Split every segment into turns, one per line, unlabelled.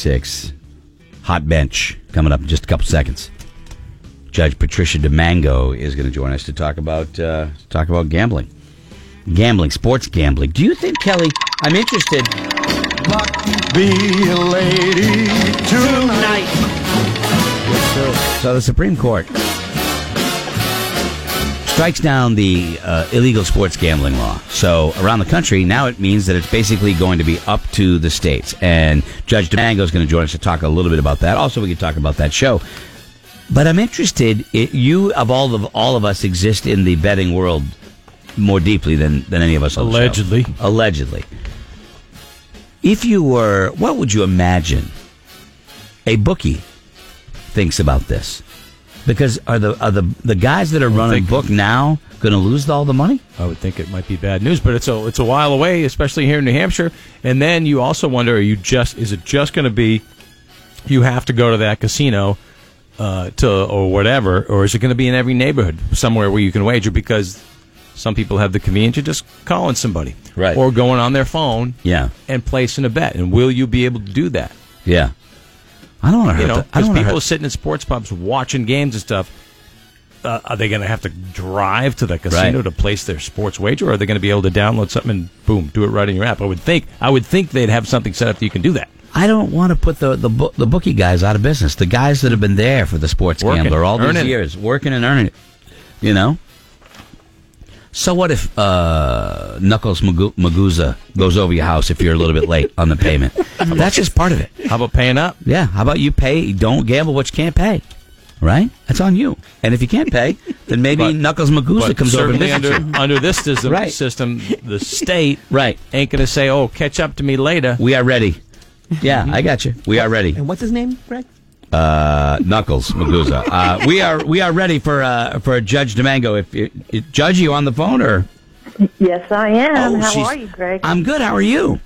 six. Hot bench coming up in just a couple seconds. Judge Patricia DeMango is going to join us to talk about uh, talk about gambling, gambling, sports gambling. Do you think Kelly? I'm interested.
Be a lady tonight.
So the Supreme Court strikes down the uh, illegal sports gambling law. So around the country now, it means that it's basically going to be up to the states. And Judge DeMango is going to join us to talk a little bit about that. Also, we could talk about that show. But I'm interested. It, you of all of all of us exist in the betting world more deeply than than any of us. On the show.
Allegedly.
allegedly. If you were, what would you imagine a bookie thinks about this? Because are the are the the guys that are running
think-
book now going to lose all the money?
I would think it might be bad news, but it's a it's a while away, especially here in New Hampshire. And then you also wonder: Are you just is it just going to be you have to go to that casino uh, to or whatever, or is it going to be in every neighborhood somewhere where you can wager? Because some people have the convenience of just calling somebody,
Right.
or going on their phone,
Yeah.
and placing a bet. And will you be able to do that?
Yeah, I don't want to
You
hurt.
know,
the- I
because
don't wanna
people
hurt-
sitting in sports pubs watching games and stuff. Uh, are they going to have to drive to the casino
Right.
to place their sports wager, or are they going to be able to download something and boom, do it right in your app? I would think. I would think they'd have something set up that you can do that.
I don't want to put the the, bo- the bookie guys out of business. The guys that have been there for the sports
Working,
gambler all these
earning it.
years, working and earning it. You know. So what if uh, Knuckles Magu- Maguza goes over your house if you're a little bit late on the payment? That's just part of it.
How about paying up?
Yeah. How about you pay? Don't gamble what you can't pay. Right? That's on you. And if you can't pay, then maybe
But-
Knuckles Maguza
But
comes over and
certainly
visits
under
you.
under this system,
Right.
system, the state
Right.
ain't going to say, "Oh, catch up to me later."
We are ready.
Mm-hmm.
Yeah, I got you. We are ready.
And what's his name, Greg?
Uh, Knuckles Maguza. Uh, we are we are ready for uh, for Judge Domingo. If, you- if Judge, you on the phone or?
Yes, I am.
Oh,
Um, How
she's-
are you, Greg?
I'm good. How are you?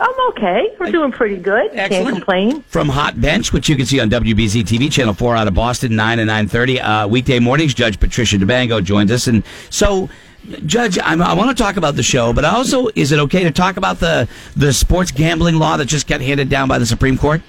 I'm okay. We're doing pretty good. Can't complain.
From Hot Bench, which you can see on WBZ TV Channel Four out of Boston, nine and nine thirty uh, weekday mornings. Judge Patricia Domingo joins us, and so. Judge, I'm, I want to talk about the show, but also, is it okay to talk about the the sports gambling law that just got handed down by the Supreme Court?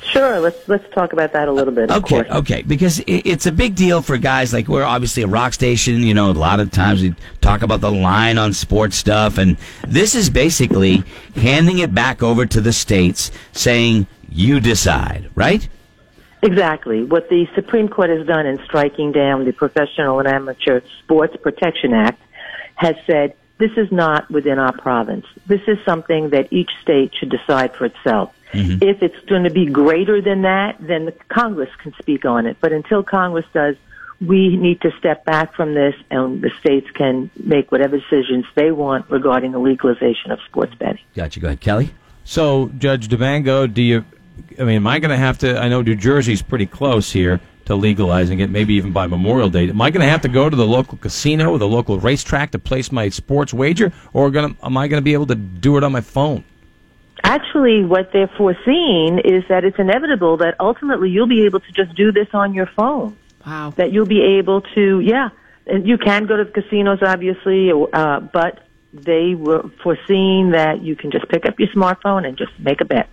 Sure. Let's let's talk about that a little bit. Of
Okay,
course.
okay, because i it's a big deal for guys like we're obviously a rock station. You know, a lot of times we talk about the line on sports stuff, and this is basically handing it back over to the states, saying you decide, right?
Exactly. What the Supreme Court has done in striking down the Professional and Amateur Sports Protection Act has said this is not within our province. This is something that each state should decide for itself. If it's going to be greater than that, then the Congress can speak on it. But until Congress does, we need to step back from this and the states can make whatever decisions they want regarding the legalization of sports betting.
Gotcha. Go ahead, Kelly.
So, Judge Devango, do you? I mean, am I going to have to? I know New Jersey's pretty close here to legalizing it, maybe even by Memorial Day. Am I going to have to go to the local casino or the local racetrack to place my sports wager, or gonna, am I going to be able to do it on my phone?
Actually, what they're foreseeing is that it's inevitable that ultimately you'll be able to just do this on your phone.
Wow.
That you'll be able to, yeah, and you can go to the casinos, obviously, uh, but they were foreseeing that you can just pick up your smartphone and just make a bet.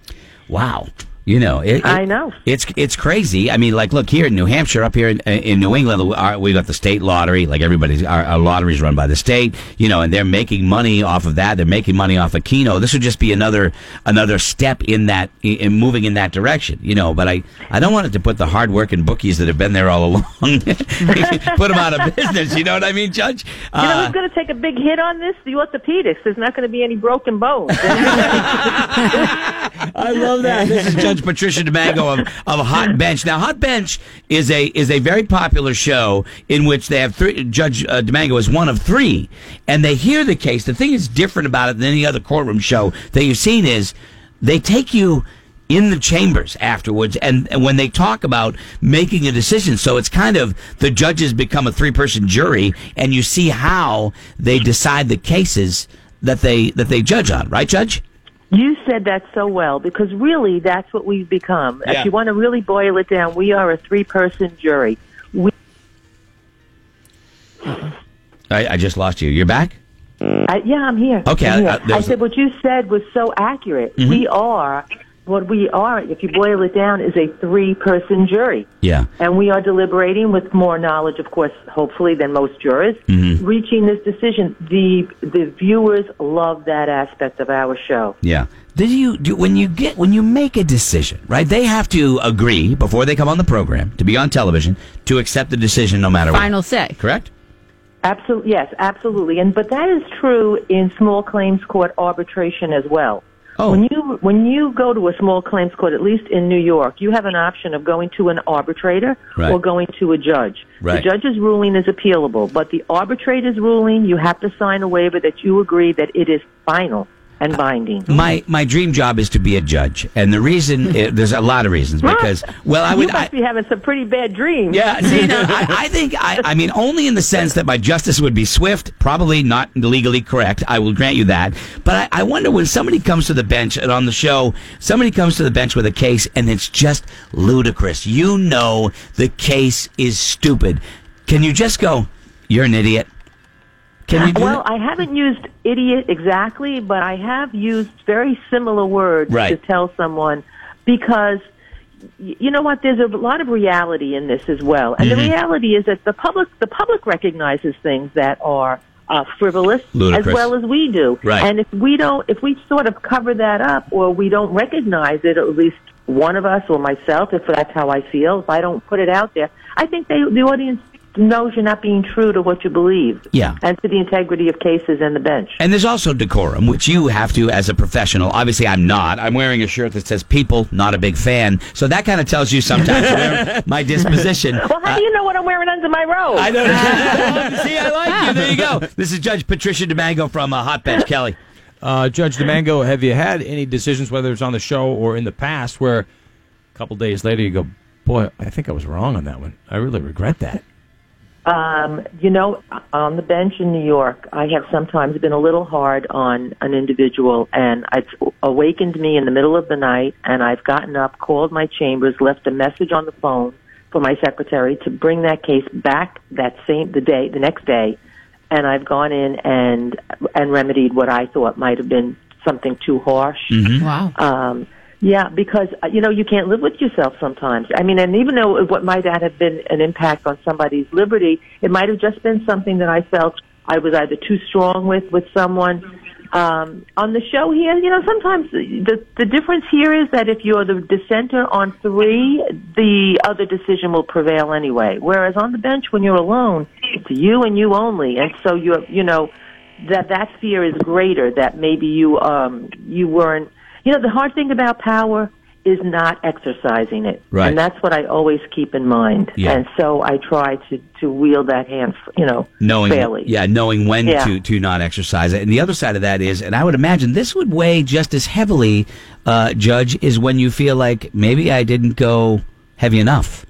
Wow. You know, it, it-
I know.
it's it's crazy. I mean, like, look here in New Hampshire, up here in, in New England, our, we got the state lottery. Like everybody's, our, our lottery's run by the state. You know, and they're making money off of that. They're making money off of Keno. This would just be another another step in that in moving in that direction. You know, but I I don't want it to put the hardworking bookies that have been there all along put them out of business. You know what I mean, Judge?
You know
Uh,
who's going to take a big hit on this? The orthopedics. There's not going to be any broken bones.
I love that. This is Judge Patricia DeMango of, of Hot Bench. Now, Hot Bench is a is a very popular show in which they have three. Judge uh, DeMango is one of three, and they hear the case. The thing that's different about it than any other courtroom show that you've seen is they take you in the chambers afterwards and, and when they talk about making a decision so it's kind of the judges become a three-person jury and you see how they decide the cases that they that they judge on right judge
You said that so well because really that's what we've become.
Yeah.
If you want to really boil it down, we are a three person jury. We,
I, I just lost you. You're back?
I, yeah, I'm here.
Okay,
I'm
I-
here.
I-
I,
there's- Mm-hmm.
said what you said was so accurate. We are what we are, if you boil it down, is a three-person jury.
Yeah.
And we are deliberating with more knowledge, of course, hopefully than most jurors,
Mm-hmm.
reaching this decision. The the viewers love that aspect of our show.
Yeah. Did you do when you get when you make a decision, right? They have to agree before they come on the program to be on television to accept the decision, no matter
Final
what.
say.
Correct.
Absolutely, yes, absolutely. And but that is true in small claims court arbitration as well.
Oh.
When you when you go to a small claims court, at least in New York, you have an option of going to an arbitrator
Right.
or going to a judge.
Right.
The judge's ruling is appealable, but the arbitrator's ruling, you have to sign a waiver that you agree that it is final and binding.
My my dream job is to be a judge, and the reason i there's a lot of reasons because well, I
you
would
must
I,
be having some pretty bad dreams.
Yeah, see, no, I, I think I, I mean only in the sense that my justice would be swift, probably not legally correct. I will grant you that. But I, I wonder when somebody comes to the bench and on the show, somebody comes to the bench with a case and it's just ludicrous. You know the case is stupid. Can you just go? You're an idiot. Can you? Do
Well,
that?
I haven't used idiot exactly, but I have used very similar words
Right.
to tell someone because y- you know what there's a lot of reality in this as well. And
Mm-hmm.
the reality is that the public the public recognizes things that are uh, frivolous
Ludicrous.
as well as we do.
Right.
And if we don't if we sort of cover that up or we don't recognize it at least one of us or myself if that's how I feel, if I don't put it out there, I think they the audience knows you're not being true to what you believe
Yeah.
and to the integrity of cases and the bench.
And there's also decorum, which you have to as a professional. Obviously, I'm not. I'm wearing a shirt that says "People," not a big fan. So that kind of tells you sometimes where my disposition.
Well, how do you know what I'm wearing under my robe?
uh, I know. See, I like you. There you go. This is Judge Patricia DeMango from uh, Hot Bench Kelly.
Uh, Judge Domingo, have you had any decisions, whether it's on the show or in the past, where a couple days later you go, boy, I think I was wrong on that one. I really regret that.
Um, you know, on the bench in New York, I have sometimes been a little hard on an individual, and it's awakened me in the middle of the night, and I've gotten up, called my chambers, left a message on the phone for my secretary to bring that case back that same the day the next day, and I've gone in and and remedied what I thought might have been something too harsh.
Mm-hmm.
Wow.
Um, yeah, because uh, you know you can't live with yourself sometimes. I mean, and even though what might that have been an impact on somebody's liberty, it might have just been something that I felt I was either too strong with with someone. Um, on the show here, you know, sometimes the the difference here is that if you're the dissenter on three, the other decision will prevail anyway. Whereas on the bench, when you're alone, it's you and you only, and so you're you know that that fear is greater that maybe you um you weren't you know the hard thing about power is not exercising it
Right.
and that's what i always keep in mind
Yeah.
and so i try to to wield that hand you know
Knowing,
fairly
yeah, knowing when
Yeah.
to to not exercise it. And the other side of that is, and I would imagine this would weigh just as heavily, uh, Judge, is when you feel like maybe I didn't go heavy enough,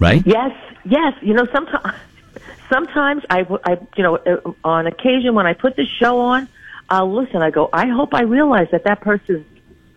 right?
Yes, yes. You know, sometimes, sometimes I, w- I- you know, uh, on occasion when I put this show on, I'll listen. I go, I hope I realize that that person's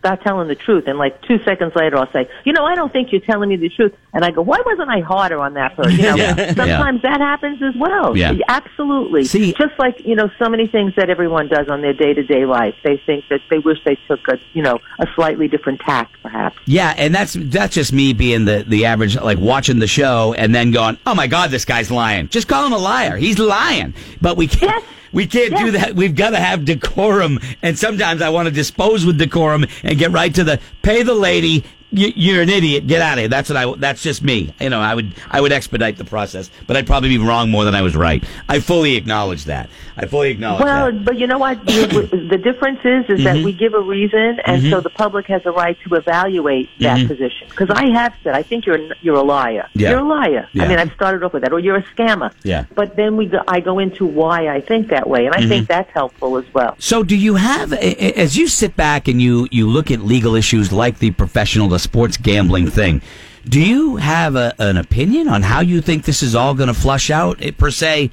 not telling the truth. And like two seconds later, I'll say, you know, I don't think you're telling me the truth. And I go, why wasn't I harder on that person? You know,
Yeah, yeah.
sometimes that happens as well.
Yeah.
Absolutely.
See-
Just like, you know, so many things that everyone does on their day to day life. They think that they wish they took a, you know, a slightly different tack, perhaps.
Yeah, and that's that's just me being the the average, like watching the show and then going, "Oh my God, this guy's lying." Just call him a liar. He's lying. But we can't
Yes.
we can't do
Yes.
that. We've got to have decorum. And sometimes I want to dispose with decorum and get right to the pay the lady. "You- You're an idiot. Get out of here. That's what I. That's just me. You know, I would I would expedite the process, but I'd probably be wrong more than I was right. I fully acknowledge that. I Mm-hmm. fully acknowledge
Well,
that.
but you know what? The the difference is, is that we give a reason, and
Mm-hmm.
so the public has a right to evaluate that position. Because I have said, I think you're you're a liar.
Yeah.
You're a liar.
Yeah.
I mean, I've started off with that, or you're a scammer.
Yeah.
But then we go, I go into why I think that way, and I
Mm-hmm.
think that's helpful as well.
So, do you have, a- a- as you sit back and you, you look at legal issues like the professional, the sports gambling thing, do you have a, an opinion on how you think this is all going to flush out eh, per se?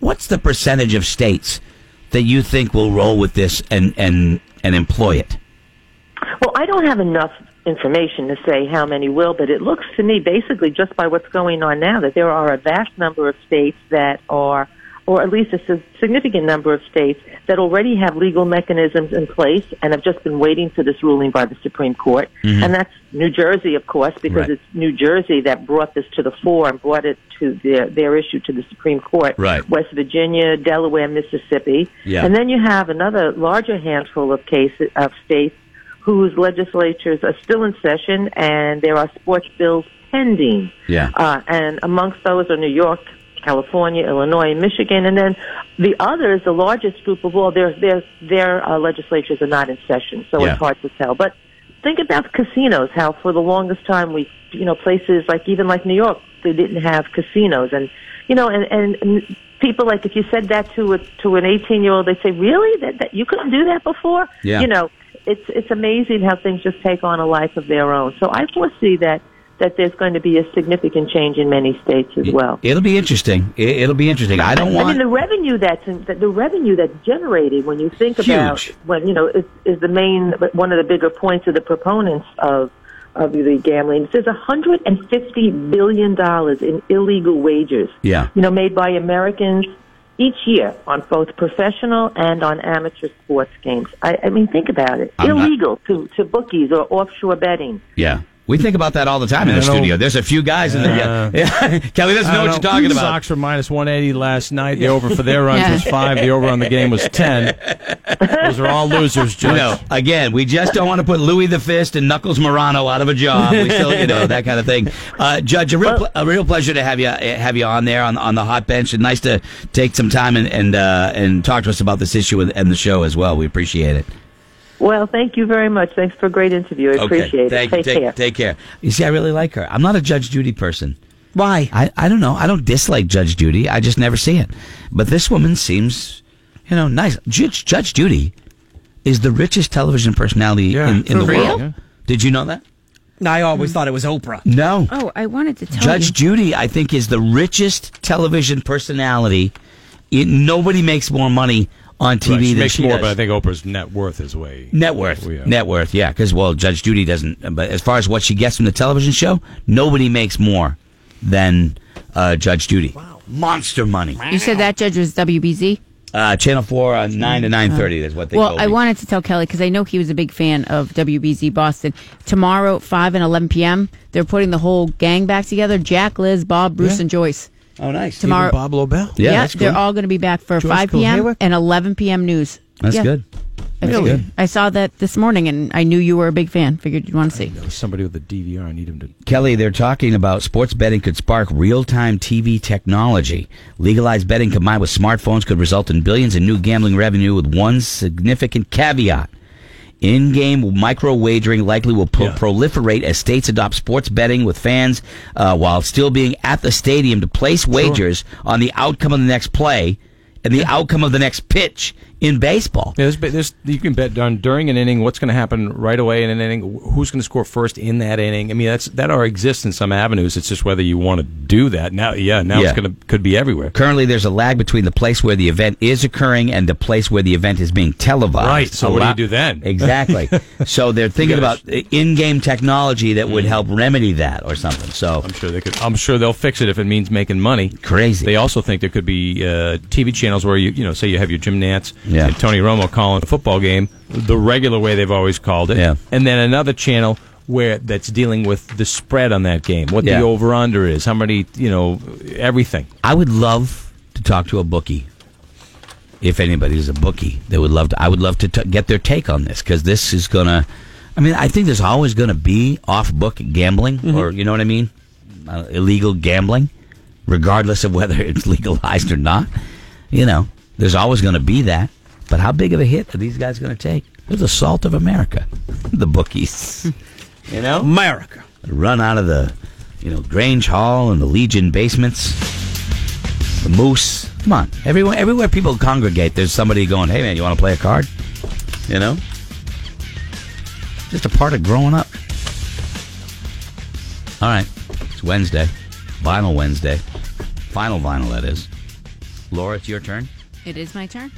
What's the percentage of states that you think will roll with this and, and, and employ it?
Well, I don't have enough information to say how many will, but it looks to me, basically, just by what's going on now, that there are a vast number of states that are or at least a si- significant number of states that already have legal mechanisms in place and have just been waiting for this ruling by the Supreme Court. And that's New Jersey, of course, because
Mm-hmm. Right.
it's New Jersey that brought this to the fore and brought it to their, their issue to the Supreme Court.
Right.
West Virginia, Delaware, Mississippi.
Yeah.
And then you have another larger handful of cases of states whose legislatures are still in session and there are sports bills pending.
Yeah.
Uh, and amongst those are New York, California, Illinois, and Michigan, and then the others, the largest group of all, their their their uh, legislatures are not in session, so
Yeah.
it's hard to tell. But think about casinos. How for the longest time we, you know, places like even like New York, they didn't have casinos, and you know, and and. and People like if you said that to a, to an eighteen year old, they say, "Really? That, that you couldn't do that before?"
Yeah.
You know, it's it's amazing how things just take on a life of their own. So I foresee that that there's going to be a significant change in many states as well.
It'll be interesting. It- It'll be interesting. I don't
I mean,
want.
the revenue that's in, the revenue that's generated when you think about
Huge.
when you know is, is the main one of the bigger points of the proponents of of the gambling. There's 150 billion dollars in illegal wagers.
Yeah.
you know, made by Americans each year on both professional and on amateur sports games. I, I mean, think about it.
I'm not-
Illegal to to bookies or offshore betting.
Yeah. We think about that all the time in
I
the
don't-
studio. There's a few guys in the yeah.
Yeah.
yeah. Kelly doesn't know what
I
you're
don't
talking about.
Sox were minus 180 last night. The over for their runs
Yeah.
was five. The over on the game was 10. Those are all losers,
You
Judge.
know, again, we just don't want to put Louis the Fist and Knuckles Morano out of a job. We still, you know, that kind of thing. Uh, Judge, a real, pl- a real pleasure to have you eh, have you on there on on the hot bench, and nice to take some time and and uh, and talk to us about this issue and- and the show as well. We appreciate it.
Well, thank you very much. Thanks for a great interview. I appreciate
Thank
it.
you.
Take
Take,
care.
take care. You see, I really like her. I'm not a Judge Judy person. Why? I, I don't know. I don't dislike Judge Judy. I just never see it. But this woman seems, you know, nice. Judge, Judge Judy is the richest television personality
Yeah.
in, in the
For real?
world.
Yeah.
Did you know that?
I always thought it was Oprah.
No.
Oh, I wanted to tell
Judge
you.
Judy, I think, is the richest television personality. It, nobody makes more money on TV
Right, she
than
makes
she
more,
does.
but I think Oprah's net worth is way.
Net worth,
Yeah.
net worth, yeah. Because well, Judge Judy doesn't. But as far as what she gets from the television show, nobody makes more than uh, Judge Judy. Wow, monster money.
You said that judge was WBZ.
Uh, Channel Four, uh, nine to nine thirty. That's what they.
well,
told
I
me.
wanted to tell Kelly because I know he was a big fan of WBZ Boston. Tomorrow, five and eleven p.m., they're putting the whole gang back together: Jack, Liz, Bob, Bruce,
Yeah.
and Joyce.
Oh, nice.
Tomorrow-
Even Bob Lobel.
Yeah, that's
they're
cool.
all going to be back for
Joyce
five p.m.
Kilhawer?
and eleven p.m. news.
That's
Yeah.
good.
I
Really?
figured- I saw that this morning, and I knew you were a big fan. Figured you'd want to see.
There was somebody with a DVR. I need him to.
Kelly, they're talking about sports betting could spark real-time TV technology. Legalized betting combined with smartphones could result in billions in new gambling revenue with one significant caveat. In-game micro wagering likely will pro-
Yeah.
proliferate as states adopt sports betting with fans uh, while still being at the stadium to place wagers on the outcome of the next play and the outcome of the next pitch in baseball.
Yeah, there's, there's, you can bet on during an inning what's going to happen right away in an inning. wh- Who's going to score first in that inning? I mean, that's that already exists in some avenues. It's just whether you want to do that now. Yeah, now
Yeah.
it's going to could be everywhere.
Currently, there's a lag between the place where the event is occurring and the place where the event is being televised.
Right, so what do you do then?
Exactly. so they're thinking
Yes.
about uh, in-game technology that
Mm.
would help remedy that or something. So
I'm sure they could. I'm sure they'll fix it if it means making money.
Crazy.
They also think there could be uh, TV channels where you, you know, say you have your Jim Nance
Yeah.
and Tony Romo calling a football game the regular way they've always called it,
Yeah.
and then another channel where that's dealing with the spread on that game, what
Yeah.
the over under is, how many, you know, everything.
I would love to talk to a bookie. If anybody is a bookie, they would love to. I would love to t- get their take on this because this is gonna. I mean, I think there's always gonna be off-book gambling, or you know what I mean, uh, illegal gambling, regardless of whether it's legalized or not. You know, there's always gonna be that. But how big of a hit are these guys gonna take? They're the salt of America, the bookies. you know,
America.
run out of the, you know, Grange Hall and the Legion basements. The Moose. Come on, everywhere everywhere people congregate, there's somebody going, "Hey man, you want to play a card?" You know, just a part of growing up. All right, it's Wednesday, Vinyl Wednesday, final vinyl that is. Laura, it's your turn.
It is my turn.